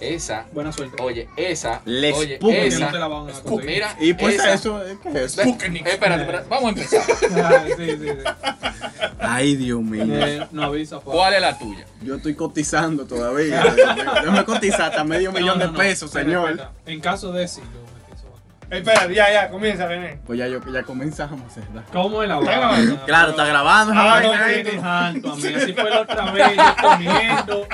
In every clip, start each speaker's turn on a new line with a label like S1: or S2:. S1: esa.
S2: Buena suerte.
S1: Oye, esa.
S3: Le
S1: oye,
S3: Sputnik.
S2: Porque
S1: esa.
S2: no te la van a
S1: Sputnik.
S2: conseguir.
S1: Mira,
S3: Y pues
S1: esa.
S3: eso, eh, ¿qué es
S1: Ve-
S3: eso?
S1: eh, espérate, espérate, vamos a empezar.
S2: Ah, sí, sí, sí.
S3: Ay, Dios mío.
S2: Eh, no avisa, pa.
S1: ¿Cuál es la tuya?
S3: Yo estoy cotizando todavía. Déjame cotizar hasta medio
S2: No,
S3: millón
S2: no,
S3: de
S2: no,
S3: pesos,
S2: se
S3: señor.
S2: respeta. En caso de sí, yo me pienso vacunar.
S4: Eh, Espera, ya, ya, comienza, René.
S3: Pues ya, yo, ya comenzamos, ¿verdad?
S2: ¿Cómo es la
S4: Está
S2: vacuna?
S4: grabando.
S3: Claro, está grabando. esa
S4: Ah,
S3: vaina.
S4: no,
S2: Ay,
S4: sí.
S2: tanto, a mí. Así fue la otra vez, yo comiendo,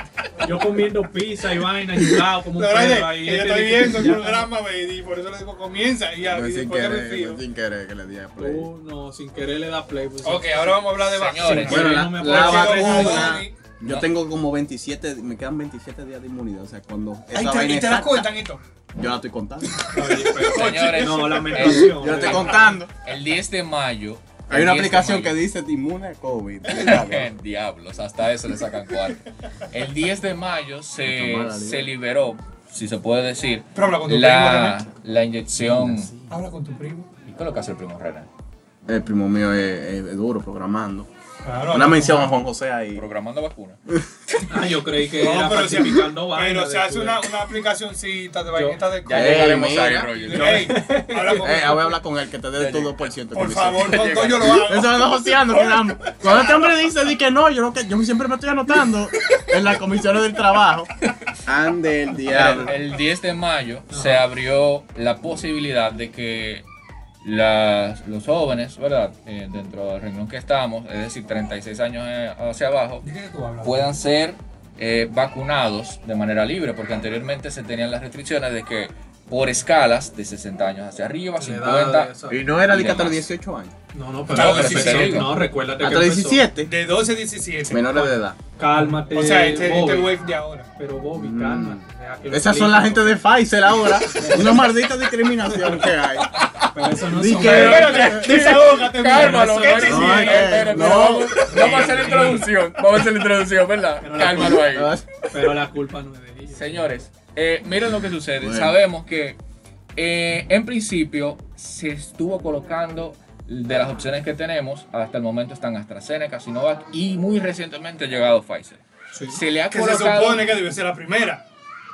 S2: yo comiendo pizza y vaina, y lado como
S4: No,
S2: un
S4: René,
S2: perro ahí.
S4: que yo
S2: Este
S4: estoy
S2: dice,
S4: viendo el
S2: ya,
S4: programa, baby, y por eso le digo comienza. Y ya,
S3: Fue
S4: y
S3: sin
S4: después me
S3: querer,
S4: fío.
S3: fue sin querer que le di a play.
S2: Tú, no, sin querer le da play. pues,
S4: Ok, ahora vamos a hablar de
S1: Señores.
S4: vacunas.
S3: Bueno,
S2: Sí,
S3: la,
S2: no me
S3: la
S2: acuerdo.
S3: vacuna.
S4: Sí,
S3: Yo
S1: No.
S3: tengo como 27, me quedan 27 días de inmunidad. O sea, cuando esa
S4: Ay, te-
S3: vaina
S4: y te la
S3: exacta,
S4: cuentan esto.
S3: Yo la estoy contando.
S2: Oye, pero-
S1: Señores,
S2: No, la
S1: el,
S2: menstruación.
S3: Yo la Ah, estoy
S2: eh.
S3: contando.
S1: el 10 de mayo.
S3: Hay
S1: el
S3: una
S1: 10 de
S3: aplicación
S1: mayo.
S3: que dice inmune a COVID. Dale.
S1: Diablos, hasta eso le sacan cuarto. El 10 de mayo se,
S3: Tomada, libre.
S1: se liberó, si se puede decir,
S4: Pero habla con tu primo,
S1: la, la inyección.
S4: René. Habla con tu primo.
S1: ¿Y qué es lo que hace el primo René?
S3: El primo mío es, es duro programando.
S4: Claro.
S3: Una mención Eh, a Juan José ahí.
S1: Programando vacunas.
S2: Ah, yo creí que
S4: No,
S2: era
S4: pero se,
S2: falsificando vaina.
S4: pero se
S2: de
S4: hace
S2: tu-
S4: una, una aplicacioncita de vainitas de
S1: Ya
S3: Ey,
S1: llegaremos
S3: mira.
S1: ahí, Roger.
S4: Ey, habla con
S3: Eh, ahora voy a hablar con él que te dé
S1: Ya
S3: tu
S1: llegué.
S3: 2% que
S4: Por
S3: me
S4: favor,
S3: hiciste.
S4: con todo yo lo
S3: Eso
S4: hago.
S3: me está joseando, quedamos. Cuando este hombre dice di que no, yo, lo que, yo siempre me estoy anotando en las comisiones del trabajo. Ande el
S1: El,
S3: diablo.
S1: el 10 de mayo se abrió la posibilidad de que las- los jóvenes, ¿verdad? Eh, dentro del renglón que estamos, es decir, 36 años eh, hacia abajo,
S4: ¿De qué tú hablas?
S1: puedan ser eh, vacunados de manera libre, porque anteriormente se tenían las restricciones de que por escalas de 60 años hacia arriba,
S2: la edad
S1: 50.
S2: de esa-
S3: Y no era de que hasta los
S1: Demás.
S3: 18 años.
S2: No, no, pero
S4: Claro,
S2: pero
S4: sí,
S2: eso-
S1: sí, sí.
S2: no, recuérdate que
S3: Hasta los
S2: empezó.
S3: 17.
S4: De 12 a 17.
S3: Menores de edad.
S2: Cálmate.
S4: O sea, este, este
S2: Bobby.
S4: wave de ahora.
S2: Pero Bobby,
S3: Mm.
S2: cálmate. deja que lo
S3: Esas son la gente
S2: explique.
S3: de Pfizer ahora. Una maldita discriminación que hay.
S2: Pero eso no
S3: Di
S2: son
S3: que-
S2: vaina.
S4: Espérate, desahógate,
S1: Cálmalo,
S4: ¿qué
S1: no,
S4: te
S1: no,
S3: no,
S4: sigue?
S3: eh, espere, no.
S1: vamos vamos a hacer la introducción, vamos a hacer la introducción, ¿verdad?
S2: Pero la-
S1: Cálmalo ahí.
S2: Pero la culpa no es de ellos.
S1: Señores, eh, miren lo que sucede.
S3: Bueno.
S1: Sabemos que eh, en principio se estuvo colocando de las opciones que tenemos, hasta el momento están AstraZeneca, Sinovac y muy recientemente ha llegado Pfizer.
S2: Sí.
S1: Se le ha
S4: Que se
S1: colocado...
S4: supone que debió ser la primera.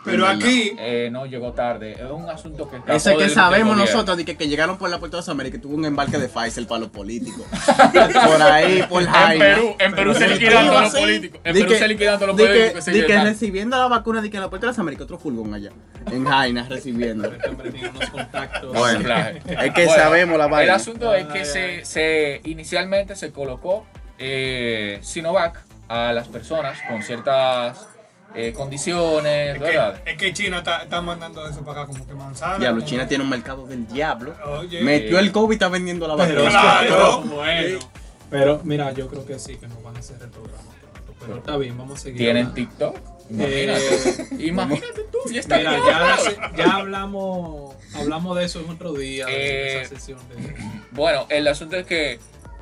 S4: Pero
S3: Es verdad.
S4: aquí.
S1: Eh, no llegó tarde. Es un asunto que está.
S3: Ese que sabemos
S1: nosotros
S3: nosotros, de que, que llegaron por la Puerta de América y tuvo un embarque de Pfizer para los políticos. Por ahí, por
S1: En
S3: Jaime.
S1: Perú, en Perú se liquidan todos los
S3: Sí,
S1: políticos. En
S3: di
S1: Perú
S3: que-
S1: se liquidan todos los
S3: di que-
S1: políticos. se
S3: di que
S1: llevan.
S3: recibiendo la vacuna, de que en la Puerta de las Américas, otro furgón allá. En Jaina, recibiendo.
S2: Este hombre tiene unos contactos.
S3: Bueno.
S1: Reciclaje.
S3: Es que sabemos la vaina.
S1: El asunto es
S2: Ay,
S1: que
S2: ay.
S1: se, se- inicialmente se colocó eh, Sinovac a las personas con ciertas eh, condiciones,
S4: Es
S1: ¿verdad?
S4: que, es que China está, está mandando eso para acá como que manzana.
S3: Diablo,
S4: como-
S3: China tiene un mercado del diablo.
S4: Oye.
S3: Metió el COVID y está vendiendo la
S2: Pero,
S3: vacuna.
S4: Claro.
S2: bueno. Pero mira, yo creo que sí, que nos van a hacer el programa pronto. Pero está bien, vamos a seguir.
S1: Tienen
S2: hablando.
S1: TikTok. Imagínate. Imagínate tú, ya está
S2: Eh, Mira,
S1: todo.
S2: ya, hace- ya hablamos, hablamos de eso en otro día, de
S1: Eh,
S2: esa sesión de...
S1: Bueno, el asunto es que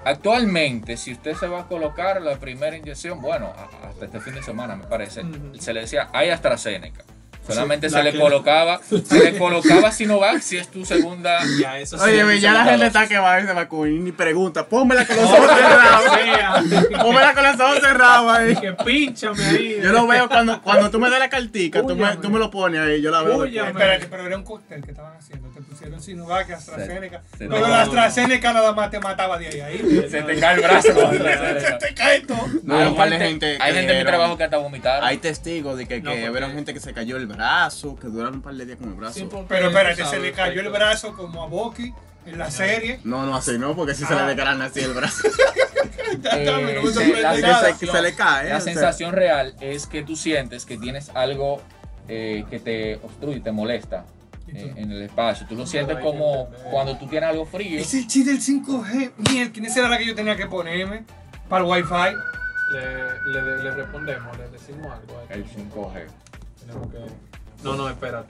S1: actualmente, si usted se va a colocar la primera inyección, bueno, a- hasta este fin de semana me parece,
S2: Ujú.
S1: se le decía, hay AstraZeneca. Solamente
S2: Sí, la
S1: se le
S2: que-
S1: colocaba, se le colocaba Sinovac si es tu segunda.
S2: Ya, eso sí,
S3: Oye,
S2: eso
S3: ve, ya
S2: sí
S3: la
S2: me
S3: gente
S2: da
S3: está que va a irse vacuna y ni pregunta. Pónmela con los ojos cerrados.
S2: dosis. Sea,
S3: Pónmela con los ojos cerrados ahí.
S2: que pínchame ahí.
S3: Yo lo veo cuando, cuando tú me das la cartica, tú me,
S2: Cúllame.
S3: tú me lo pones ahí, yo la veo.
S2: Cúllame.
S4: Espérate, pero era un cóctel que estaban haciendo. Te pusieron Sinovac, AstraZeneca.
S1: se
S4: pero
S1: te-
S4: la AstraZeneca nada más te mataba de ahí a ahí.
S1: Se te cae el brazo con
S4: Se
S1: AstraZeneca.
S4: te cae todo.
S3: No,
S1: Hay
S3: un par de
S1: gente-
S3: gente que
S1: Hay gente en mi
S3: dijeron-
S1: trabajo que hasta vomitaron.
S3: Hay testigos de que,
S2: No,
S3: que
S2: porque-
S3: vieron gente que se cayó el brazo, que duraron un par de días con el brazo.
S2: Sí, porque tú
S4: Pero espérate, se
S2: sabes,
S4: le cayó el
S2: perfecto.
S4: brazo como a Boki en la
S1: Eh,
S4: serie.
S3: No, no así, no, porque si se
S4: Ah.
S3: le desgranan así el brazo.
S4: Ya está, me
S1: Eh,
S4: no me
S1: sí,
S4: sorprende
S1: la
S3: que,
S4: nada.
S3: se, que se le cae.
S1: La
S3: o sea.
S1: sensación real es que tú sientes que tienes algo eh, que te obstruye, te molesta eh, en el espacio. Tú lo sientes
S2: hay que
S1: como
S2: entender.
S1: cuando tú tienes algo frío.
S4: Es el chip del 5G. Miel, ¿quién esa era la que yo tenía que ponerme para el Wi-Fi?
S2: Le, le, le respondemos, le decimos algo. a él.
S1: El 5G.
S2: Tenemos que- No, no, espérate.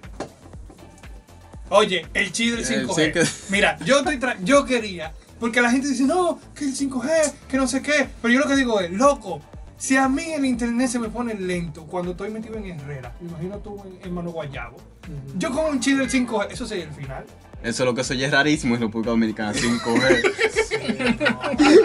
S4: Oye, el chip del
S3: El
S4: 5G.
S3: cinco-
S4: Mira, yo, estoy tra- yo quería, porque la gente dice, no, que el 5G, que no sé qué. Pero yo lo que digo es, loco, si a mí el internet se me pone lento cuando estoy metido en Herrera, me imagino tú en, en Mano Guayabo, yo con un chip del 5G, eso sería el final.
S3: Eso es lo que se oye es rarísimo en República Dominicana, 5G.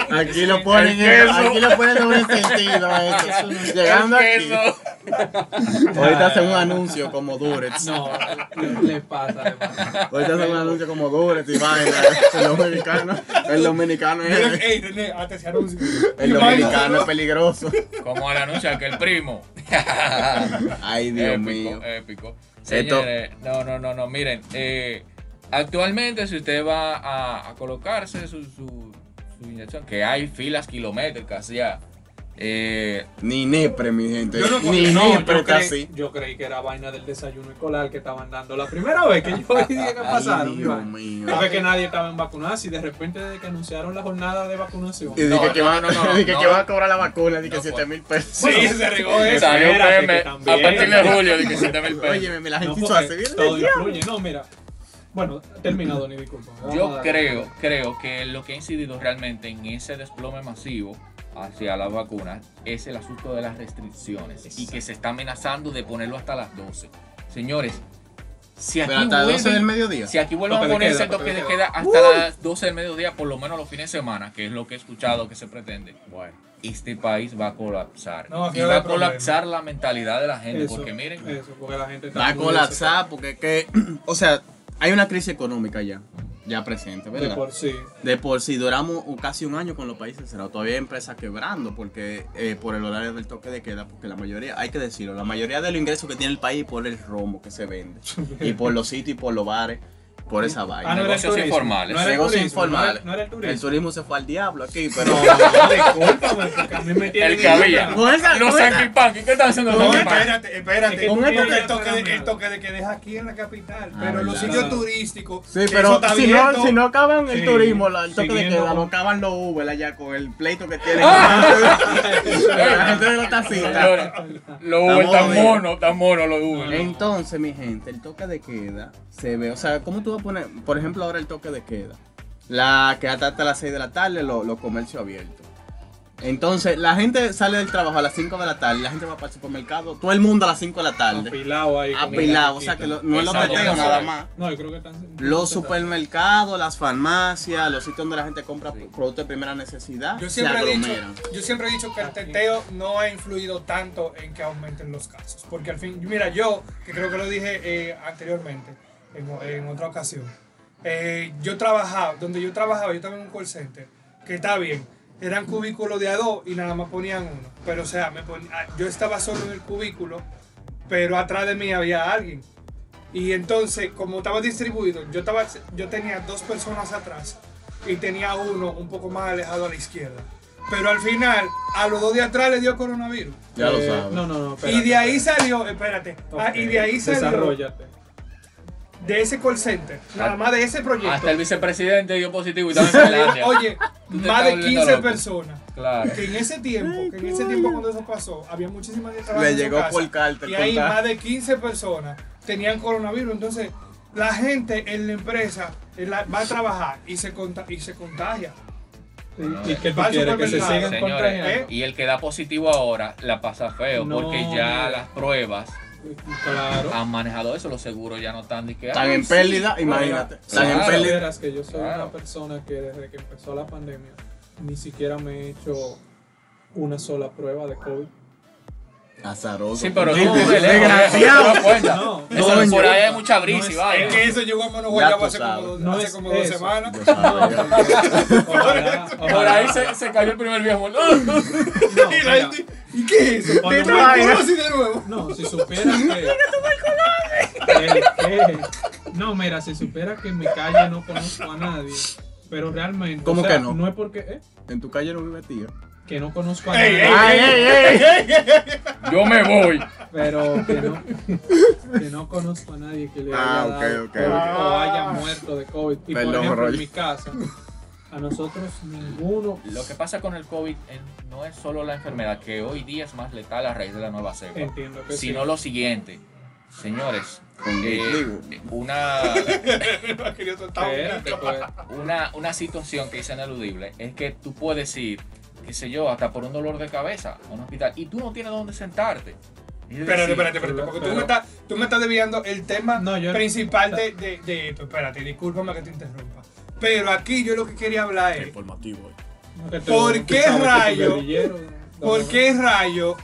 S2: No,
S3: Aquí lo ponen, en-
S1: queso.
S3: aquí lo ponen en un sentido. Eso. Llegando
S1: El
S3: aquí.
S1: queso.
S3: Ahorita hacen un anuncio como Durex.
S5: No, le, le pasa, le pasa.
S3: Ahorita hacen un anuncio como Durex y vaina. El dominicano, el dominicano
S4: Mira,
S3: es,
S4: ey, René, hazte ese anuncio.
S3: Eh. el dominicano es peligroso.
S1: Como el anuncio de que el primo.
S3: Ay, Dios
S1: épico,
S3: mío.
S1: épico.
S3: Esto-
S1: Señores, no, no, no, no, miren, eh, actualmente si usted va a, a colocarse su, su, su inyección, que hay filas kilométricas ya, eh,
S3: Ni nepre, mi gente.
S4: Yo no-
S3: Ni
S5: No,
S3: nepre
S5: yo,
S3: casi.
S5: creí, yo creí que era vaina del desayuno escolar que estaban dando la primera vez que yo vi que pasaron.
S3: Ay, Dios
S5: Iván.
S3: mío.
S5: No fue que nadie estaba en vacunación y de repente desde que anunciaron la jornada de vacunación.
S3: Y dije
S1: No,
S3: que
S1: no,
S3: va-
S1: no, no,
S3: dije
S1: no.
S3: que va a cobrar la vacuna, dije
S1: No, pues.
S3: 7 mil pesos.
S4: Sí, se regó eso.
S1: salió un
S5: espérate,
S1: PM
S5: que
S1: a
S5: también.
S1: partir de julio de que 7 mil pesos.
S3: Oye, me la
S5: No,
S3: gente hizo
S5: porque
S3: así. bien, ¿eh?
S5: todo
S3: Dios.
S5: influye. No, mira. Bueno, terminado, ni disculpa. Vamos a
S1: Yo
S5: darle.
S1: creo, creo que lo que ha incidido realmente en ese desplome masivo hacia las vacunas es el asunto de las restricciones y que se está amenazando de ponerlo hasta las 12. Señores, si aquí
S3: Pero hasta las 12
S1: vuelven-
S3: del mediodía.
S1: Si aquí vuelven a
S5: Toque de
S1: ponerse el
S5: queda, toque
S1: toque
S5: de
S1: de
S5: queda.
S1: queda hasta las 12 del mediodía, por lo menos los fines de semana, que es lo que he escuchado que se pretende,
S3: Bueno.
S1: este país va a colapsar.
S4: No, aquí
S1: y
S4: va a
S1: va a
S4: haber problema.
S1: colapsar la mentalidad de la gente,
S5: Eso,
S1: porque miren,
S5: Eso, porque la gente está
S3: Va a
S5: muy
S3: colapsar porque es que, o sea, hay una crisis económica ya, ya presente,
S5: desesperada. De
S3: ¿verdad?
S5: por sí.
S3: De por sí, duramos un- casi un año con los países cerrados. Todavía hay empresas quebrando porque eh, por el horario del toque de queda, porque la mayoría, hay que decirlo, la mayoría de los ingresos que tiene el país por el romo que se vende y por los sitios y por los bares, por esa vaina.
S5: Ah, no era el
S1: negocios
S5: turismo.
S1: informales.
S5: No era el
S3: Negocios
S5: turismo, no era-
S3: informales.
S5: No era el
S3: el
S5: turismo.
S3: turismo se fue al diablo aquí, pero
S5: No, no, discúlpame, porque a mí me tienen
S1: el que había.
S3: Con esa-
S1: Los
S3: con esa-
S1: Sanky ¿qué están haciendo
S4: No,
S1: los Sanky
S4: espérate, espérate.
S5: Es que
S4: Porque
S3: con esto-
S4: el, toque de, el toque de que deja aquí en la capital.
S3: Ah,
S4: pero
S3: verdad.
S4: los sitios turísticos.
S3: Sí,
S4: que eso
S3: pero
S4: está
S3: si no,
S4: abierto.
S3: si no acaban el
S5: Sí,
S3: turismo, la- el toque de
S5: siguiendo
S3: queda,
S5: con-
S3: no acaban los Uber allá con el pleito que tienen la gente de los taxistas.
S1: Señores, Los Uber
S3: Estamos
S1: tan
S3: bien.
S1: mono, tan mono los Uber.
S3: Entonces, mi gente, el toque de queda se ve. O sea, ¿cómo tú vas a poner, por ejemplo, ahora el toque de queda? La que hasta, hasta las 6 de la tarde, lo- los comercios abiertos. Entonces, la gente sale del trabajo a las 5 de la tarde, la gente va para el supermercado, todo el mundo a las 5 de la tarde,
S5: Apilado ahí. con
S3: apilado, o
S5: mi
S3: sea que lo-
S5: gatito.
S3: no es lo
S1: Exacto.
S3: teteo nada más.
S5: No, yo creo que están.
S3: Los supermercados, las farmacias, los sitios donde la gente compra productos de primera necesidad
S4: Yo
S3: se
S4: siempre, he dicho,
S3: aglomeran.
S4: yo siempre he dicho que el teteo no ha influido tanto en que aumenten los casos. Porque al fin, mira, yo, que creo que lo dije eh, anteriormente, en, o- en otra ocasión, eh, yo trabajaba, donde yo trabajaba, yo estaba en un call center, que está bien, eran cubículos de a dos y nada más ponían uno. Pero o sea, me pon- ah, yo estaba solo en el cubículo, pero atrás de mí había alguien. Y entonces, como estaba distribuido, yo, estaba, yo tenía dos personas atrás y tenía uno un poco más alejado a la izquierda. Pero al final, a los dos de atrás le dio coronavirus.
S3: Ya lo
S5: Eh,
S3: sabes.
S5: No, no, no.
S4: y de
S5: espérate.
S4: ahí salió, espérate, ah, y de ahí salió
S5: Desarrollate.
S4: de ese call center, nada
S1: Ah.
S4: más de ese proyecto.
S1: Hasta el vicepresidente dio positivo y estaba en Finlandia.
S4: Oye,
S1: Tú te
S4: más de
S1: estás volviendo
S4: 15
S1: loco.
S4: personas.
S1: Claro.
S4: Que en ese tiempo, que en ese tiempo cuando eso pasó, había muchísima gente
S3: Le
S4: trabajando. en su
S3: llegó
S4: casa,
S3: por carta el
S4: Y ahí
S3: contagio.
S4: más de 15 personas tenían coronavirus. Entonces, la gente en la empresa en la- va a trabajar y se, conta- y se contagia.
S5: ¿Y, y que tú
S4: Va al
S5: quieres que se
S4: supermercado.
S5: sigan
S1: Señores,
S5: contagiando?
S1: y el que da positivo ahora la pasa feo,
S5: No,
S1: porque ya
S5: mira.
S1: las pruebas
S5: Claro.
S1: han manejado eso, los seguros ya no están de que,
S3: Están
S1: "Ay,
S3: en
S1: sí".
S3: pérdida, imagínate. Están en
S1: Claro.
S3: pérdida.
S5: Verás que yo soy
S1: Claro.
S5: una persona que desde que empezó la pandemia ni siquiera me he hecho una sola prueba de COVID.
S3: Azaroso.
S1: Sí, pero
S3: Sí,
S1: no,
S3: sí,
S1: de lejos,
S3: desgraciado.
S1: no, cuenta.
S5: No,
S1: Eso,
S3: no,
S1: por ahí
S5: no,
S1: hay mucha
S5: no
S1: brisa y
S5: es-
S1: vaina.
S4: Es que eso llegó a Mano
S3: Ya
S4: Guayabo
S3: tú
S4: hace como,
S3: sabes.
S4: dos,
S5: No
S4: hace
S5: es
S4: como dos
S5: eso.
S4: semanas.
S3: Yo sabía.
S5: Ojalá,
S1: Por
S5: ojalá.
S1: ahí se, se cayó el primer viejo.
S5: No,
S4: Y la
S5: mira,
S4: gente, ¿y qué es eso?
S5: Cuando
S4: Te
S5: vaya-
S4: tuberculosis de nuevo.
S5: No, si supieras que. El que- No, mira, si supieras que en mi calle no conozco a nadie, pero realmente. o
S3: ¿Cómo
S5: sea,
S3: que no?
S5: No es porque. ¿eh?
S3: En tu calle no vive tío.
S5: Que no conozco a
S4: Ey,
S5: nadie,
S4: ey. Ay,
S1: Yo me voy.
S5: pero que no. Que no conozco a nadie que le haya
S3: Ah, ok,
S5: dado
S3: ok,
S5: COVID o
S4: ok.
S5: haya muerto de COVID. Y
S3: Perdón,
S5: por ejemplo,
S3: Roy.
S5: en mi casa, a nosotros ninguno.
S1: Lo que pasa con el COVID eh, no es solo la enfermedad, que hoy día es más letal a raíz de la nueva cepa,
S5: Entiendo que sí.
S1: sino lo siguiente. Señores,
S3: Con
S1: eh,
S3: digo.
S1: una,
S4: No, que yo soltaba un
S5: Espérate, pues.
S1: una, una situación que es ineludible es que tú puedes ir, qué sé yo, hasta por un dolor de cabeza a un hospital y tú no tienes dónde sentarte. Es
S4: Espérate,
S1: decir,
S4: espérate, espérate, porque tú
S5: pero-
S4: me, estás, tú me estás desviando el tema
S5: No, yo-
S4: principal de, de, de esto. Espérate, discúlpame que te interrumpa. Pero aquí yo lo que quería hablar es,
S3: Informativo.
S5: No, que te-
S4: ¿Por
S5: tú
S4: qué
S5: sabes que tu
S4: rayo?
S5: guerrillero, no,
S4: ¿por
S5: no,
S4: qué rayo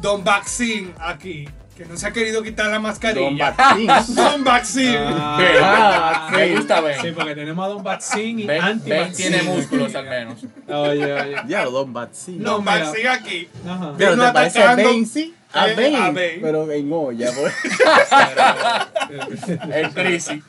S4: Don Vaccine aquí, que no se ha querido quitar la
S3: Don
S4: mascarilla.
S3: Batins.
S4: Don Vaccine.
S1: Ven.
S3: Ah,
S1: Me gusta Ben.
S5: Sí, porque tenemos a Don Vaccine y
S1: Ben,
S5: anti
S1: Ben tiene músculos al
S5: también.
S1: menos.
S5: Oye, oye.
S3: Ya, Don Batins.
S4: Don
S5: mira.
S4: Vaccine aquí.
S5: Ajá.
S3: Pero
S4: vino
S3: te parece a
S4: atacando-
S3: Ben, sí. A
S4: Eh,
S3: Ben.
S4: a Ben.
S3: Pero en olla, pues.
S1: El crisis.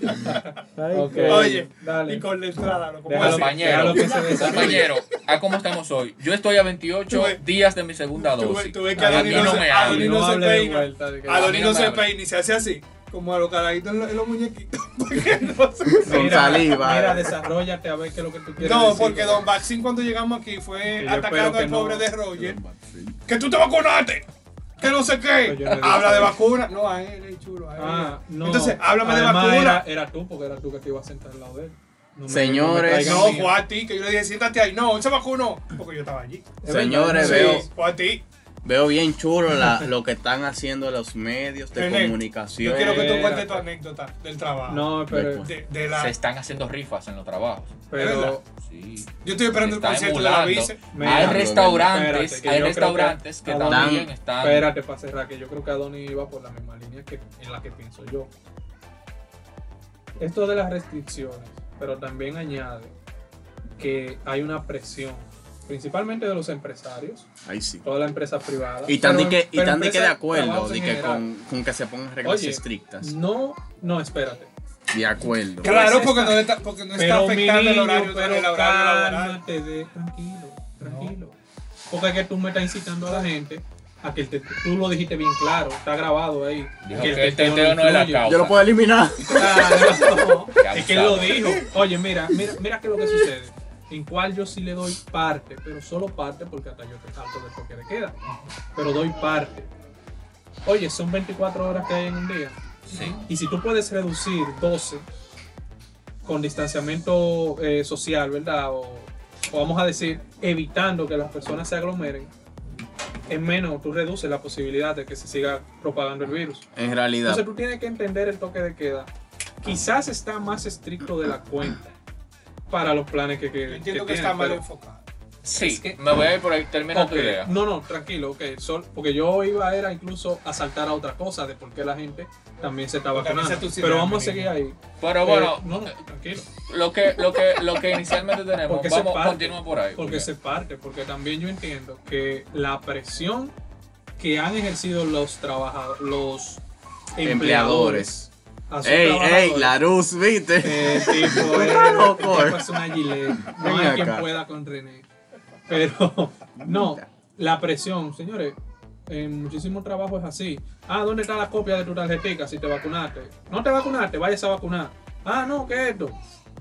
S5: Ok.
S4: Oye,
S5: Dale.
S4: y con la entrada, pues lo como
S5: Déjalo,
S4: así.
S5: pa-
S1: Compañero,
S5: Déjalo que se desarrolle.
S1: compañero, ¿a cómo estamos hoy? Yo estoy a 28
S4: Tuve-
S1: días de mi segunda
S4: Tuve,
S1: dosis.
S4: tuve que
S1: A
S5: Nada,
S4: Adonis
S1: mí
S4: no
S1: no
S4: se,
S1: me
S4: Adonis
S1: hablen.
S4: no
S5: No
S4: se
S5: hable de
S4: peina.
S5: vuelta, de que-
S4: Adonis
S1: A mí no
S4: no
S1: me
S4: se
S1: hable.
S4: peina y se hace así, como a los carajitos en, lo- en los muñequitos. Porque no se-
S3: Con saliva.
S5: Mira, desarrollate a ver qué es lo que tú quieres
S4: No,
S5: decir.
S4: porque Don Vaccine cuando llegamos aquí fue
S5: yo espero
S4: atacando
S5: que
S4: al pobre
S5: no.
S4: de Roger. que tú te vacunaste, que no sé qué.
S5: Pero yo no he dicho
S4: Habla de
S5: eso.
S4: vacuna. No, a él, es chulo. a él.
S5: Ah, no.
S4: Entonces, háblame de
S5: Además,
S4: vacuna.
S5: Era, era tú, porque era tú que te ibas a sentar al lado de él. No me-
S3: Señores.
S5: no me traigan
S4: No,
S5: mía.
S4: fue a ti, que yo le dije, siéntate ahí. No, él se vacunó, porque yo estaba allí.
S5: Es
S3: Señores,
S5: verdad,
S3: veo,
S4: Sí, fue a ti.
S3: veo bien chulo la- lo que están haciendo los medios de
S4: René,
S3: comunicación.
S4: Yo quiero que tú
S5: Espérate.
S4: cuentes tu anécdota del trabajo.
S5: No, pero.
S4: De, de
S1: Se
S4: la...
S1: están haciendo rifas en los trabajos.
S4: verdad.
S5: pero
S1: Sí.
S4: Yo
S1: Se
S4: estoy esperando el
S1: está
S4: concierto de la
S1: emulando.
S4: vice.
S5: Mira,
S1: Hay
S3: espérate,
S1: restaurantes,
S5: que
S1: hay
S5: yo creo
S1: restaurantes que,
S5: que Adonis-
S1: también están.
S5: espérate para cerrar, que yo creo que Adonis iba por la misma línea que, en la que pienso yo. Esto de las restricciones, pero también añade que hay una presión, principalmente de los empresarios,
S3: Ahí sí.
S5: toda la empresa privada.
S3: Y tan de
S5: pero-
S3: que, y
S5: pero
S3: tan de, que de
S5: empresas,
S3: acuerdo
S5: trabajos
S3: de
S5: en
S3: que
S5: general.
S3: con, con que se pongan reglas
S5: Oye,
S3: estrictas.
S5: No, no, espérate.
S3: De acuerdo.
S4: Claro,
S5: Pues
S4: porque
S5: está-
S4: no, le está, porque no está
S5: Pero mi
S4: afectando el
S5: niño,
S4: horario,
S5: pero
S4: el horario laboral.
S5: cálmate de- tranquilo, tranquilo. Porque es que tú me estás incitando a la gente a que el te- tú lo dijiste bien claro, está grabado ahí.
S1: Dijo que el teteo no es la
S5: influye.
S1: causa.
S3: Yo lo puedo eliminar.
S5: Claro, no.
S1: Ya
S5: Es que él lo
S1: sabes.
S5: dijo. Oye, mira, mira, mira qué es lo que sucede. En cual yo sí le doy parte, pero solo parte porque hasta yo estoy harto del toque de queda. Pero doy parte. Oye, son 24 horas que hay en un día.
S1: Sí.
S5: Y si tú puedes reducir 12 con distanciamiento eh, social, ¿verdad? O, o vamos a decir, evitando que las personas se aglomeren, en menos tú reduces la posibilidad de que se siga propagando el virus.
S3: En realidad.
S5: Entonces tú tienes que entender el toque de queda. Quizás está más estricto de la cuenta para los planes que, que,
S4: Yo entiendo
S5: que
S4: que
S5: tienen,
S4: está mal
S5: pero-
S4: enfocado.
S1: Sí,
S5: Es que-
S1: me voy a ir por ahí, termina
S5: Ok,
S1: tu idea.
S5: No, no, tranquilo, ok. sol- porque yo iba era incluso a saltar a otra cosa de por qué la gente también se está vacunando.
S4: Organiza tus
S5: Pero
S4: ideas,
S5: vamos a seguir
S4: Miguel.
S5: ahí.
S1: Pero bueno,
S5: Eh, no, no, tranquilo.
S1: lo que, lo que, lo que inicialmente tenemos,
S5: Porque se
S1: vamos,
S5: parte.
S1: continúa por ahí.
S5: Porque se parte, porque también yo entiendo que la presión que han ejercido los trabajadores, los empleadores.
S3: Empleadores.
S5: a sus
S3: Ey, ey,
S5: trabajadores,
S3: la luz, viste.
S5: Eh, tipo, eh,
S3: Está loco,
S5: tipo
S3: eh.
S5: es una gilet. No
S3: Ven
S5: hay quien
S3: acá.
S5: pueda con René. Pero, no, la presión, señores, en muchísimo trabajo es así. Ah, ¿dónde está la copia de tu tarjetica si te vacunaste? No te vacunaste, vayas a vacunar. Ah, no, ¿qué es esto?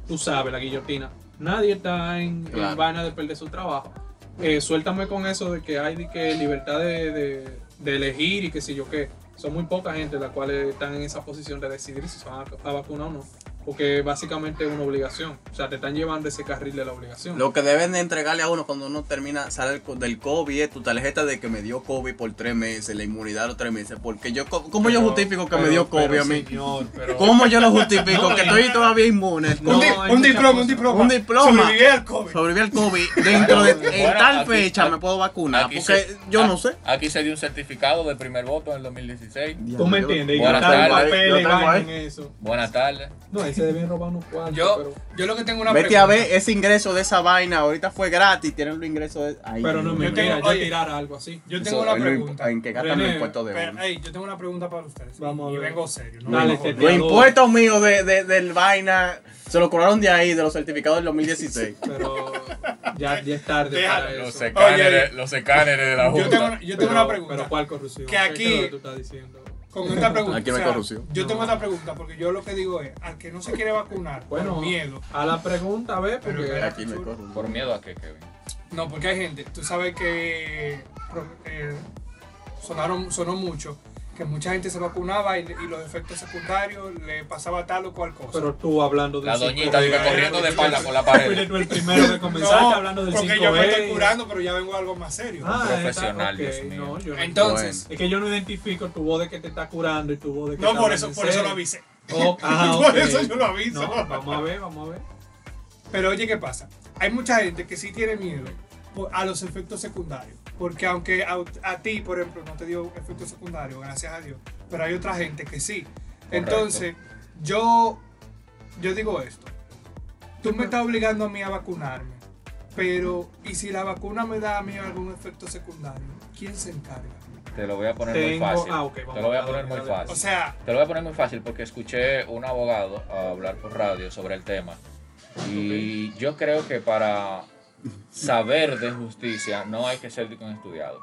S5: Tú sabes, la guillotina. Nadie está en, en
S3: Claro.
S5: vaina de perder su trabajo. Eh, suéltame con eso de que hay de que libertad de, de- de elegir y que si yo qué. Son muy poca gente la cual están en esa posición de decidir si se van a, a vacunar o no. Porque básicamente es una obligación. O sea, te están llevando ese carril de la obligación.
S3: Lo que deben de entregarle a uno cuando uno termina, sale del co- del COVID, es tu tarjeta de que me dio COVID por tres meses, la inmunidad los tres meses. Porque yo, co- ¿cómo yo
S5: Pero-
S3: justifico que me
S5: pero-
S3: dio COVID
S5: pero,
S3: a mí?
S5: señor, pero-
S3: ¿Cómo yo lo justifico?
S5: No,
S3: que
S5: y-
S3: estoy todavía inmune.
S5: No,
S4: un, di-
S5: hay
S4: un
S5: muchas
S4: diploma,
S5: cosas.
S4: un diploma.
S3: Un diploma.
S4: Sobreviví al COVID.
S3: Sobreviví al COVID. Dentro de en
S1: Bueno,
S3: tal
S1: aquí-
S3: fecha
S1: aquí-
S3: me puedo vacunar.
S1: Aquí
S3: Porque
S1: se-
S3: yo
S1: a-
S5: Ah,
S3: no sé.
S1: Aquí se dio un certificado de primer voto en el 2016.
S5: Tú me entiendes, y
S1: Buenas
S5: gastar
S1: tardes.
S5: papel
S3: Yo
S5: y
S3: tengo
S5: vaina
S3: ahí.
S5: en eso.
S1: Buenas tardes.
S5: No, ahí se deben robar unos cuantos,
S4: Yo,
S5: pero,
S4: yo lo que tengo una
S3: Vete
S4: pregunta.
S3: a ver ese ingreso de esa vaina. Ahorita fue gratis. Tienen los ingresos de. Ay,
S5: pero no
S3: Dios
S5: me
S3: mío.
S4: tengo-
S5: mira, yo
S4: oye,
S5: tirar algo así.
S4: Yo
S3: Eso
S4: tengo una
S3: es lo imp-
S4: pregunta.
S3: En que gastan los
S5: René,
S3: impuestos de
S4: Pero,
S3: uno.
S4: ey, yo tengo una pregunta para ustedes.
S5: Vamos a
S4: y
S5: ver.
S4: vengo serio. No
S5: Dale, este
S4: vengo
S5: te-
S4: jodido.
S3: Los impuestos míos de, de- del vaina se lo cobraron de ahí, de los certificados del 2016.
S5: Pero ya, ya es tarde
S4: Déjalo,
S5: para
S1: Los
S5: eso.
S1: escáneres, los escáneres de la
S4: Yo tengo,
S1: Junta.
S4: una- yo tengo una
S5: Pero
S4: pregunta.
S5: ¿cuál corrupción?
S4: Que aquí-
S5: ¿Qué es lo que tú estás diciendo?
S4: Con esta pregunta.
S3: Aquí no hay
S4: o sea,
S3: corrupción.
S4: Yo
S5: No.
S4: tengo esta pregunta porque yo lo que digo es: al que no se quiere vacunar
S5: Bueno,
S4: por miedo.
S5: a la pregunta, a ver, porque
S4: Pero
S3: Aquí me corro.
S1: Por miedo a que Kevin.
S4: No, porque hay gente. Tú sabes que. pro- eh, sonaron, sonó mucho. Que mucha gente se vacunaba y, y los efectos secundarios le pasaba tal o cual cosa.
S5: pero tú hablando del
S1: La
S5: 5B,
S1: doñita dice
S4: eh,
S1: corriendo de espalda por la
S5: Fuiste
S1: pared.
S5: tú el primero que comenzaste
S4: No,
S5: hablando del 5B.
S4: porque yo me estoy curando, pero ya vengo a algo más serio.
S5: Ah,
S1: Profesional,
S5: está- ok,
S1: Dios mío.
S5: no, yo no-
S4: Entonces,
S5: es que yo no identifico tu voz de que te está curando y tu voz de que
S4: no,
S5: está
S4: por eso,
S5: hablando
S4: por
S5: en
S4: eso lo
S5: serio.
S4: avisé.
S5: Oh, ah,
S4: Por
S5: ok.
S4: eso yo lo aviso.
S5: No, vamos a ver, vamos a ver.
S4: Pero oye, ¿qué pasa? Hay mucha gente que sí tiene miedo por- a los efectos secundarios. Porque aunque a, a ti, por ejemplo, no te dio efectos secundarios, gracias a Dios, pero hay otra gente que sí. Entonces, yo, yo digo esto. Tú me estás obligando a mí a vacunarme, pero ¿y si la vacuna me da a mí algún efecto secundario? ¿Quién se encarga?
S1: Te lo voy a poner muy
S5: Tengo-
S1: fácil.
S5: ah, ok,
S1: Te
S5: vamos
S1: lo voy a
S5: a
S1: poner muy
S5: darle, dale.
S1: fácil.
S4: O sea,
S1: Te lo voy a poner muy fácil porque escuché un abogado a hablar por radio sobre el tema. Y yo creo que para saber de justicia no hay que ser de un estudiado.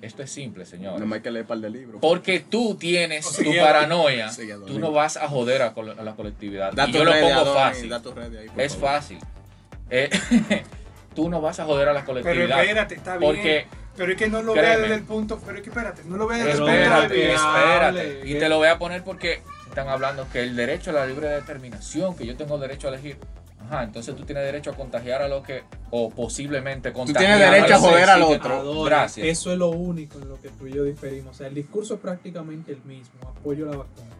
S1: Esto es simple, señor.
S3: No me hay que leer par de libros.
S1: Porque tú tienes
S4: O sea,
S1: tu
S4: ya-
S1: paranoia,
S3: Sí, ya dormí.
S1: tú no vas a joder a, col- a la colectividad.
S3: Da
S1: y
S3: tus
S1: yo lo
S3: redes,
S1: pongo
S3: Adonis,
S1: fácil.
S3: da tus redes ahí, por
S1: Es
S3: favor.
S1: fácil. Eh, tú no vas a joder a la
S4: pero
S1: colectividad.
S4: espérate, está bien.
S1: porque
S4: pero es que no lo vea
S1: créeme.
S4: desde el punto, pero es que espérate, no lo vea desde el punto de
S1: Espérate,
S5: Pero
S4: vista.
S1: espérate.
S5: hable,
S1: Y
S5: que-
S1: te lo voy a poner porque están hablando que el derecho a la libre determinación, que yo tengo derecho a elegir. Ajá, entonces tú tienes derecho a contagiar a lo que, o posiblemente
S3: Tú
S1: contagiar.
S3: tienes derecho a
S1: los
S3: joder al
S1: exigentes.
S3: otro.
S5: Adoro.
S1: Gracias.
S5: Eso es lo único en lo que tú y yo diferimos. O sea, el discurso es prácticamente el mismo. Apoyo la vacuna.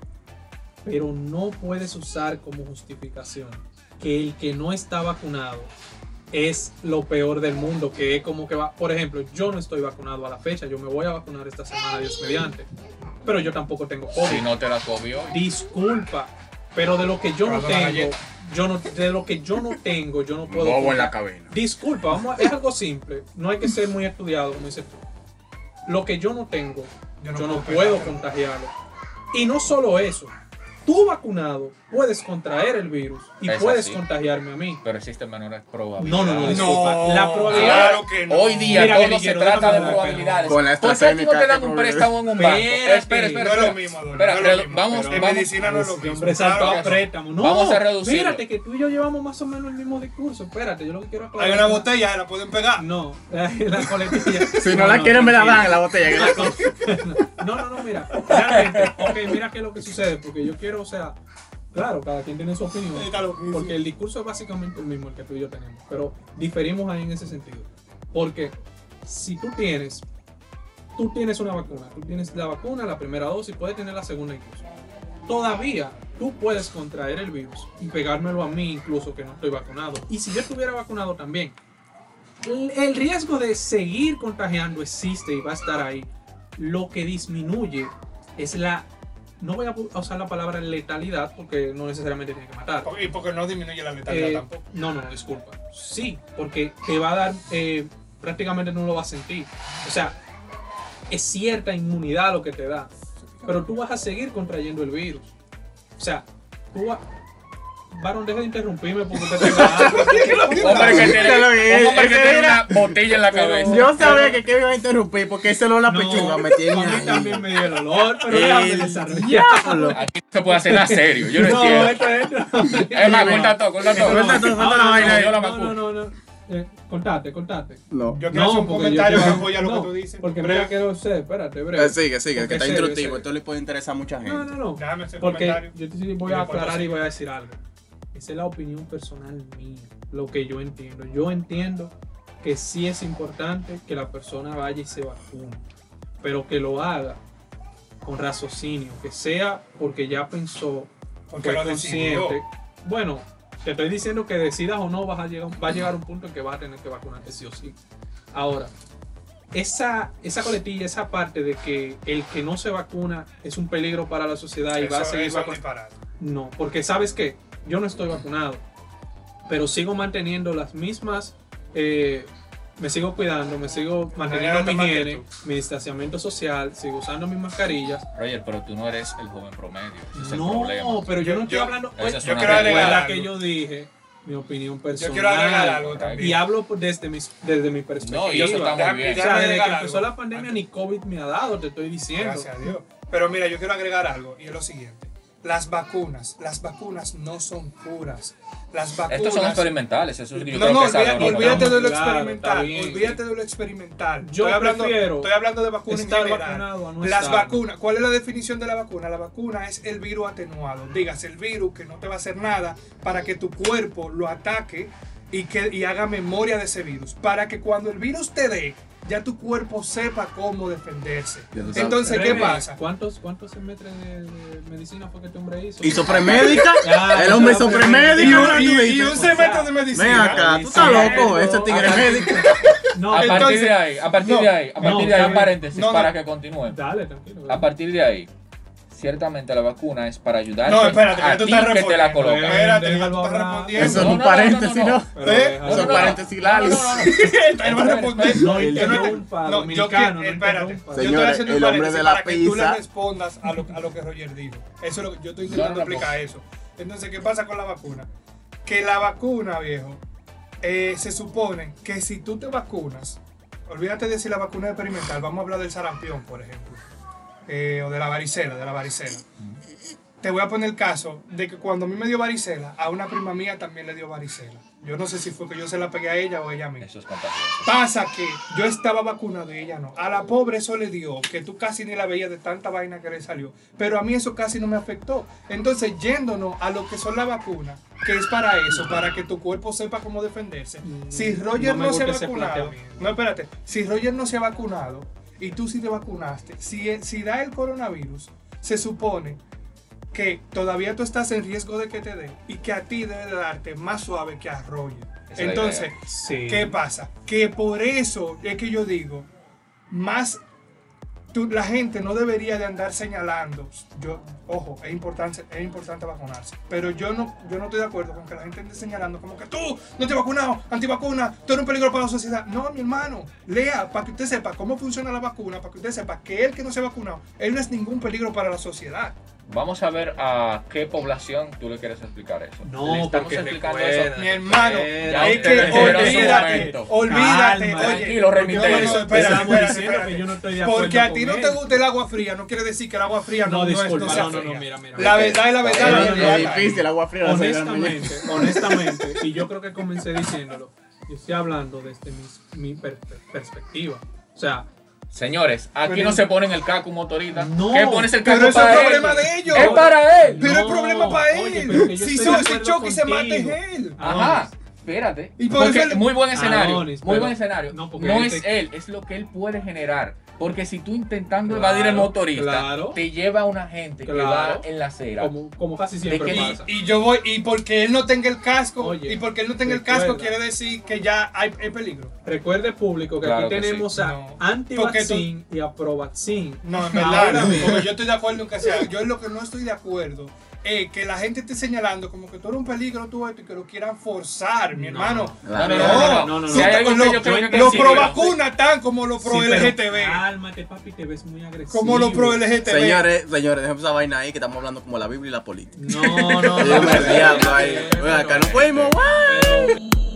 S5: Pero no puedes usar como justificación que el que no está vacunado es lo peor del mundo. Que es como que va. Por ejemplo, yo no estoy vacunado a la fecha. Yo me voy a vacunar esta semana, Dios mediante. Pero yo tampoco tengo COVID.
S1: Si no te la comió.
S5: Disculpa. Pero de lo que yo no
S4: Probando la
S5: tengo,
S4: galleta.
S5: yo no, de lo que yo no tengo, yo no puedo.
S3: Bobo en
S5: opinar.
S3: la cabina.
S5: Disculpa, vamos a- es algo simple. No hay que ser muy estudiado, como dices tú. Lo que yo no tengo, yo no, puedo contagiarlo. Y no solo eso. Tú vacunado puedes contraer el virus y
S1: Es
S5: puedes
S1: así.
S5: contagiarme a mí.
S1: Pero existen menores
S5: No,
S1: probabilidades.
S5: no, no,
S4: No,
S5: disculpa. la probabilidad.
S4: claro que no.
S1: Hoy día
S5: Mira,
S1: todo se
S5: Guerrillero,
S1: trata
S5: déjame
S1: de
S5: hablar,
S1: probabilidades.
S3: pero- Con la
S1: ¿Por qué a ti no
S3: AstraZeneca
S1: te dan
S3: hay
S1: un préstamo en un banco?
S5: Espérate.
S1: Espera, espera,
S4: No es lo
S1: espera.
S4: mismo, Adolfo,
S1: Espera,
S4: no es lo
S1: re-
S4: mismo.
S1: vamos,
S4: En
S1: vamos-
S4: medicina no es lo
S5: Ese
S4: mismo.
S5: hombre saltó
S4: Claro
S5: a
S4: que no.
S5: préstamo. No,
S1: Vamos a reducirlo.
S5: Espérate, que tú y yo llevamos más o menos el mismo discurso. Espérate, yo lo que quiero aclarar.
S4: Hay una botella, la pueden pegar.
S5: No, la, la coletilla.
S3: Si no, la quieren, me la
S5: tranquilo.
S3: dan la botella. que la-
S5: No, no, no, mira. Realmente, ok, mira qué es lo que sucede. Porque yo quiero, o sea, claro, cada quien tiene su opinión.
S4: Está loquísimo.
S5: Porque el discurso es básicamente el mismo el que tú y yo tenemos. Pero diferimos ahí en ese sentido. Porque si tú tienes, tú tienes una vacuna, tú tienes la vacuna, la primera dosis, puedes tener la segunda incluso. Todavía tú puedes contraer el virus y pegármelo a mí incluso que no estoy vacunado. Y si yo estuviera vacunado también, el el riesgo de seguir contagiando existe y va a estar ahí. Lo que disminuye es la... No voy a pu- a usar la palabra letalidad porque no necesariamente tiene que matar.
S4: Y porque no disminuye la letalidad
S5: Eh,
S4: tampoco.
S5: No, no, no, disculpa. Sí, porque te va a dar, eh, prácticamente no lo vas a sentir. O sea, es cierta inmunidad lo que te da, pero tú vas a seguir contrayendo el virus. O sea, tú vas... Varón, deja de interrumpirme porque te tengo hambre.
S1: Hombre que tiene,
S3: Te lo dije,
S1: un hombre que
S3: ese
S1: tiene
S3: era-
S1: una botella en la cabeza.
S3: Yo sabía que Kevin iba a interrumpir porque ese olor a la
S5: No,
S3: pechuga me
S5: a mí
S3: tiene ahí.
S5: también me dio el olor, pero déjame
S3: El
S5: desarrollar.
S3: diablo.
S1: Aquí no se puede hacer nada serio. Yo no,
S5: No,
S1: entiendo.
S5: esto es...
S1: Es más, corta todo, corta todo.
S3: Corta todo, corta la
S1: No,
S3: vaina ahí.
S1: yo la
S5: No, no,
S1: vacuno.
S5: no, no. Eh, cortate, cortate.
S3: No.
S4: Yo quiero hacer un
S5: porque
S4: comentario
S5: yo
S4: que
S5: quiero-
S4: apoya lo
S5: no,
S4: que tú dices.
S5: Porque
S4: Breve.
S5: mira que lo sé, espérate, breve.
S3: Eh, Sigue, sigue, que
S5: Porque
S3: está
S5: serio,
S3: instructivo.
S5: serio.
S3: Esto le puede interesar a mucha gente.
S5: No, no, no.
S4: Déjame hacer un
S5: Porque
S4: comentario.
S5: yo te sí voy
S4: Y
S5: a
S4: después lo
S5: aclarar y
S4: sigo.
S5: voy a decir algo. Esa es la opinión personal mía, lo que yo entiendo. Yo entiendo que sí es importante que la persona vaya y se vacune, pero que lo haga con raciocinio, que sea porque ya pensó,
S4: Porque
S5: fue
S4: lo decidió.
S5: Bueno, te estoy diciendo que decidas o no, vas a llegar, va a llegar un punto en que vas a tener que vacunarte sí o sí. Ahora, esa, esa coletilla, esa parte de que el que no se vacuna es un peligro para la sociedad y va a
S4: Eso-
S5: seguir
S4: eso es un
S5: vacunando.
S4: disparate.
S5: No, porque sabes que yo no estoy vacunado, pero sigo manteniendo las mismas, eh, me sigo cuidando, me sigo manteniendo
S4: Mañana
S5: mi
S4: te mates
S5: higiene, mi distanciamiento social, sigo usando mis mascarillas.
S1: Roger, pero tú no eres el joven promedio. Ese es el
S5: No,
S1: problema.
S5: pero yo
S4: Yo-
S5: no estoy
S4: yo-
S5: hablando.
S1: Esa es
S5: Oye,
S4: Yo
S1: una
S4: quiero
S1: realidad.
S4: agregar
S5: recuerda
S4: algo.
S5: que yo dije mi opinión personal.
S4: Yo quiero agregar algo
S5: Y
S4: también.
S5: hablo por- desde mi, desde mi perspectiva.
S1: No, y eso está muy
S4: Déjame-
S1: bien.
S5: O sea, desde
S4: agregar
S5: que empezó
S4: algo.
S5: la pandemia ni COVID me ha dado, te estoy diciendo.
S4: Gracias a Dios. Pero mira, yo quiero agregar algo y es lo siguiente. Las vacunas, las vacunas no son puras. Las vacunas.
S1: Estos son experimentales. Eso es yo
S4: No,
S1: creo
S4: no,
S1: que es
S4: olvida-
S1: algo
S4: olvídate
S1: normal.
S4: de lo
S5: Claro,
S4: experimental.
S5: está bien.
S4: Olvídate de lo experimental.
S5: Yo
S4: estoy hablando,
S5: prefiero
S4: estoy hablando de vacunas en
S5: estar
S4: general.
S5: vacunado a no
S4: Las
S5: estar.
S4: vacunas, ¿cuál es la definición de la vacuna? La vacuna es el virus atenuado. Digas, el virus que no te va a hacer nada para que tu cuerpo lo ataque y, que, y haga memoria de ese virus. Para que cuando el virus te dé, ya tu cuerpo sepa cómo defenderse.
S3: Ya tú sabes.
S4: Entonces, ¿qué
S5: Rebe,
S4: pasa?
S5: ¿Cuántos, cuántos semestres de, de medicina fue que este hombre hizo?
S3: Hizo premédica.
S5: Ya,
S3: El hombre
S5: hizo
S3: hizo
S5: premédica.
S4: Y
S3: premédica.
S4: un,
S3: ahora tú
S4: y- y
S3: dices,
S4: un semestre de
S3: Ven
S4: medicina.
S3: acá, tú estás
S1: este
S5: Sí,
S3: loco.
S5: sí.
S3: Ese tigre
S5: Ah.
S3: es médico.
S5: No,
S1: a partir
S4: entonces-
S1: de ahí, a partir
S4: no,
S1: de ahí, a partir
S5: no,
S1: de ahí, un
S5: Gabriel,
S1: paréntesis
S4: no, no.
S1: para que continúe.
S5: Dale, tranquilo.
S1: A
S4: ¿Eh?
S1: partir de ahí, ciertamente la vacuna es para ayudar
S4: No, espérate,
S1: a
S4: que tú
S1: ti
S4: estás
S1: que te la
S4: respondiendo.
S1: colocan.
S4: Espérate, que tú
S5: Déjalo
S4: estás
S5: hablar.
S4: respondiendo.
S3: Eso no
S1: No,
S3: es un
S1: no,
S3: paréntesis,
S1: no, no,
S3: ¿no?
S1: no.
S5: Pero
S4: ¿Eh?
S5: déjalo
S1: No, no,
S3: Son
S1: no.
S5: hablar.
S1: No,
S3: paréntesis
S1: no,
S3: largos.
S1: no, no.
S4: Él va a responder.
S5: No, el
S4: Él va a-
S5: interrumpa,
S4: no,
S5: el
S4: yo
S5: dominicano,
S4: quiero-
S5: no
S4: espérate.
S5: interrumpa.
S4: Yo te voy a
S3: Señores,
S4: hacer un
S3: el hombre de la
S4: paréntesis para que tú le
S3: pizza.
S4: respondas a lo, a lo que Roger dijo. Eso es lo que yo estoy
S1: No,
S4: intentando
S1: no, no,
S4: explicar eso. Entonces, ¿qué pasa con la vacuna? Que la vacuna, viejo, eh, se supone que si tú te vacunas, olvídate de si la vacuna es experimental, vamos a hablar del sarampión, por ejemplo, eh, o de la varicela, de la varicela. Te voy a poner el caso de que cuando a mí me dio varicela, a una prima mía también le dio varicela. Yo no sé si fue que yo se la pegué a ella o ella a mí.
S1: Eso es contagioso.
S4: Pasa que yo estaba vacunado y ella no. A la pobre eso le dio, que tú casi ni la veías de tanta vaina que le salió. Pero a mí eso casi no me afectó. Entonces, yéndonos a lo que son las vacunas, que es para eso, para que tu cuerpo sepa cómo defenderse.
S5: Mm,
S4: Si
S5: no
S4: Roger
S5: me
S4: no, se ha
S5: gusta ese
S4: vacunado,
S5: planteamiento.
S4: no, espérate, si Roger no se ha vacunado y tú sí te vacunaste, si, e, si da el coronavirus, se supone que todavía tú estás en riesgo de que te dé y que a ti debe de darte más suave que a Roger.
S1: Esa es la
S4: Entonces,
S1: idea.
S5: Sí.
S4: ¿Qué pasa? Que por eso es que yo digo, más tú- la gente no debería de andar señalando. Yo, ojo, es importante, es importante vacunarse. Pero yo no, yo no estoy de acuerdo con que la gente ande señalando como que tú no te has vacunado, antivacuna, tú eres un peligro para la sociedad. No, mi hermano, lea para que usted sepa cómo funciona la vacuna, para que usted sepa que él que no se ha vacunado, él no es ningún peligro para la sociedad.
S1: Vamos a ver a qué población tú le quieres explicar eso.
S5: No,
S1: le estamos
S5: porque
S1: explicando
S5: recuerda-
S1: eso.
S4: Mi hermano,
S5: Espera,
S4: es que
S1: espera, espera un
S4: olvídate,
S1: momento.
S4: olvídate,
S5: Calma,
S4: oye.
S1: tranquilo, remite
S4: no, no,
S1: eso.
S4: no, espérate,
S5: Estamos
S4: espérate,
S5: diciendo
S4: espérate.
S5: que yo no estoy de acuerdo
S4: Porque a ti
S5: con
S4: no
S5: él.
S4: te gusta el agua fría, no quiere decir que el agua fría no,
S5: No,
S4: no es-
S5: disculpa,
S4: no sea
S5: no, no, no,
S4: fría.
S5: mira, mira.
S4: La verdad es la verdad, la
S5: No, no, no,
S4: verdad.
S3: Es difícil, el agua fría. a las seis de la mañana.
S5: honestamente, honestamente, y yo creo que comencé diciéndolo, yo estoy hablando desde mis- mi, per- perspectiva. O sea,
S1: Señores, aquí
S4: Pero-
S1: no se ponen el caco un motorista.
S5: No,
S1: ¿Qué pones el caco
S4: pero eso
S1: para
S4: es
S1: él?
S4: problema de ellos.
S1: Es para él.
S4: Pero el
S5: No,
S4: problema para
S5: oye,
S4: él.
S5: pero que yo
S4: si
S5: estoy
S4: so-
S5: de
S4: si
S5: acuerdo
S4: choca y se mata es
S5: contigo. Ah,
S4: él.
S1: Ajá, espérate.
S4: Y por
S1: Porque-
S4: eso él-
S1: muy buen escenario.
S5: Adonis,
S1: muy
S5: Ah, pero-
S1: buen escenario.
S5: no,
S1: No,
S5: porque él
S1: es
S5: te-
S1: él, es lo que él puede generar. Porque si tú intentando
S5: Claro,
S1: evadir el motorista,
S5: claro.
S1: te lleva a una gente
S5: Claro.
S1: que va en la acera.
S5: como, como casi siempre
S1: De que-
S5: pasa.
S4: Y yo voy, y porque él no tenga el casco,
S5: Oye,
S4: y porque él no tenga el casco,
S5: recuerda.
S4: quiere decir que ya hay, hay peligro.
S5: Recuerde público que
S1: Claro
S5: aquí
S1: que
S5: tenemos
S4: sí.
S5: a
S4: No.
S5: anti-vaccine y a pro-vaccine.
S4: No, en
S5: Ahora
S4: verdad, no,
S5: mismo.
S4: porque yo estoy de acuerdo en que sea. Yo en lo que no estoy de acuerdo es que la gente esté señalando como que tú eres un peligro, tú esto, y que lo quieran forzar, mi
S5: No.
S4: hermano.
S1: No, no,
S4: No,
S1: no, no, no, no.
S4: tú
S1: Si hay
S4: te-
S1: algo que
S4: lo-
S1: yo creo que hay que
S4: Los
S1: decir,
S4: pro
S1: pero-
S4: vacuna están como los pro
S5: Sí, pero Ah,
S4: LGTB.
S5: Cálmate, papi, te ves muy agresivo.
S4: Como los pro LGTB.
S3: Señores, señores, dejemos esa vaina ahí que estamos hablando como la Biblia y la política.
S5: No, no, no.
S3: Dios mío, diablo, ahí. Ven acá, nos fuimos, guau.
S5: Pero-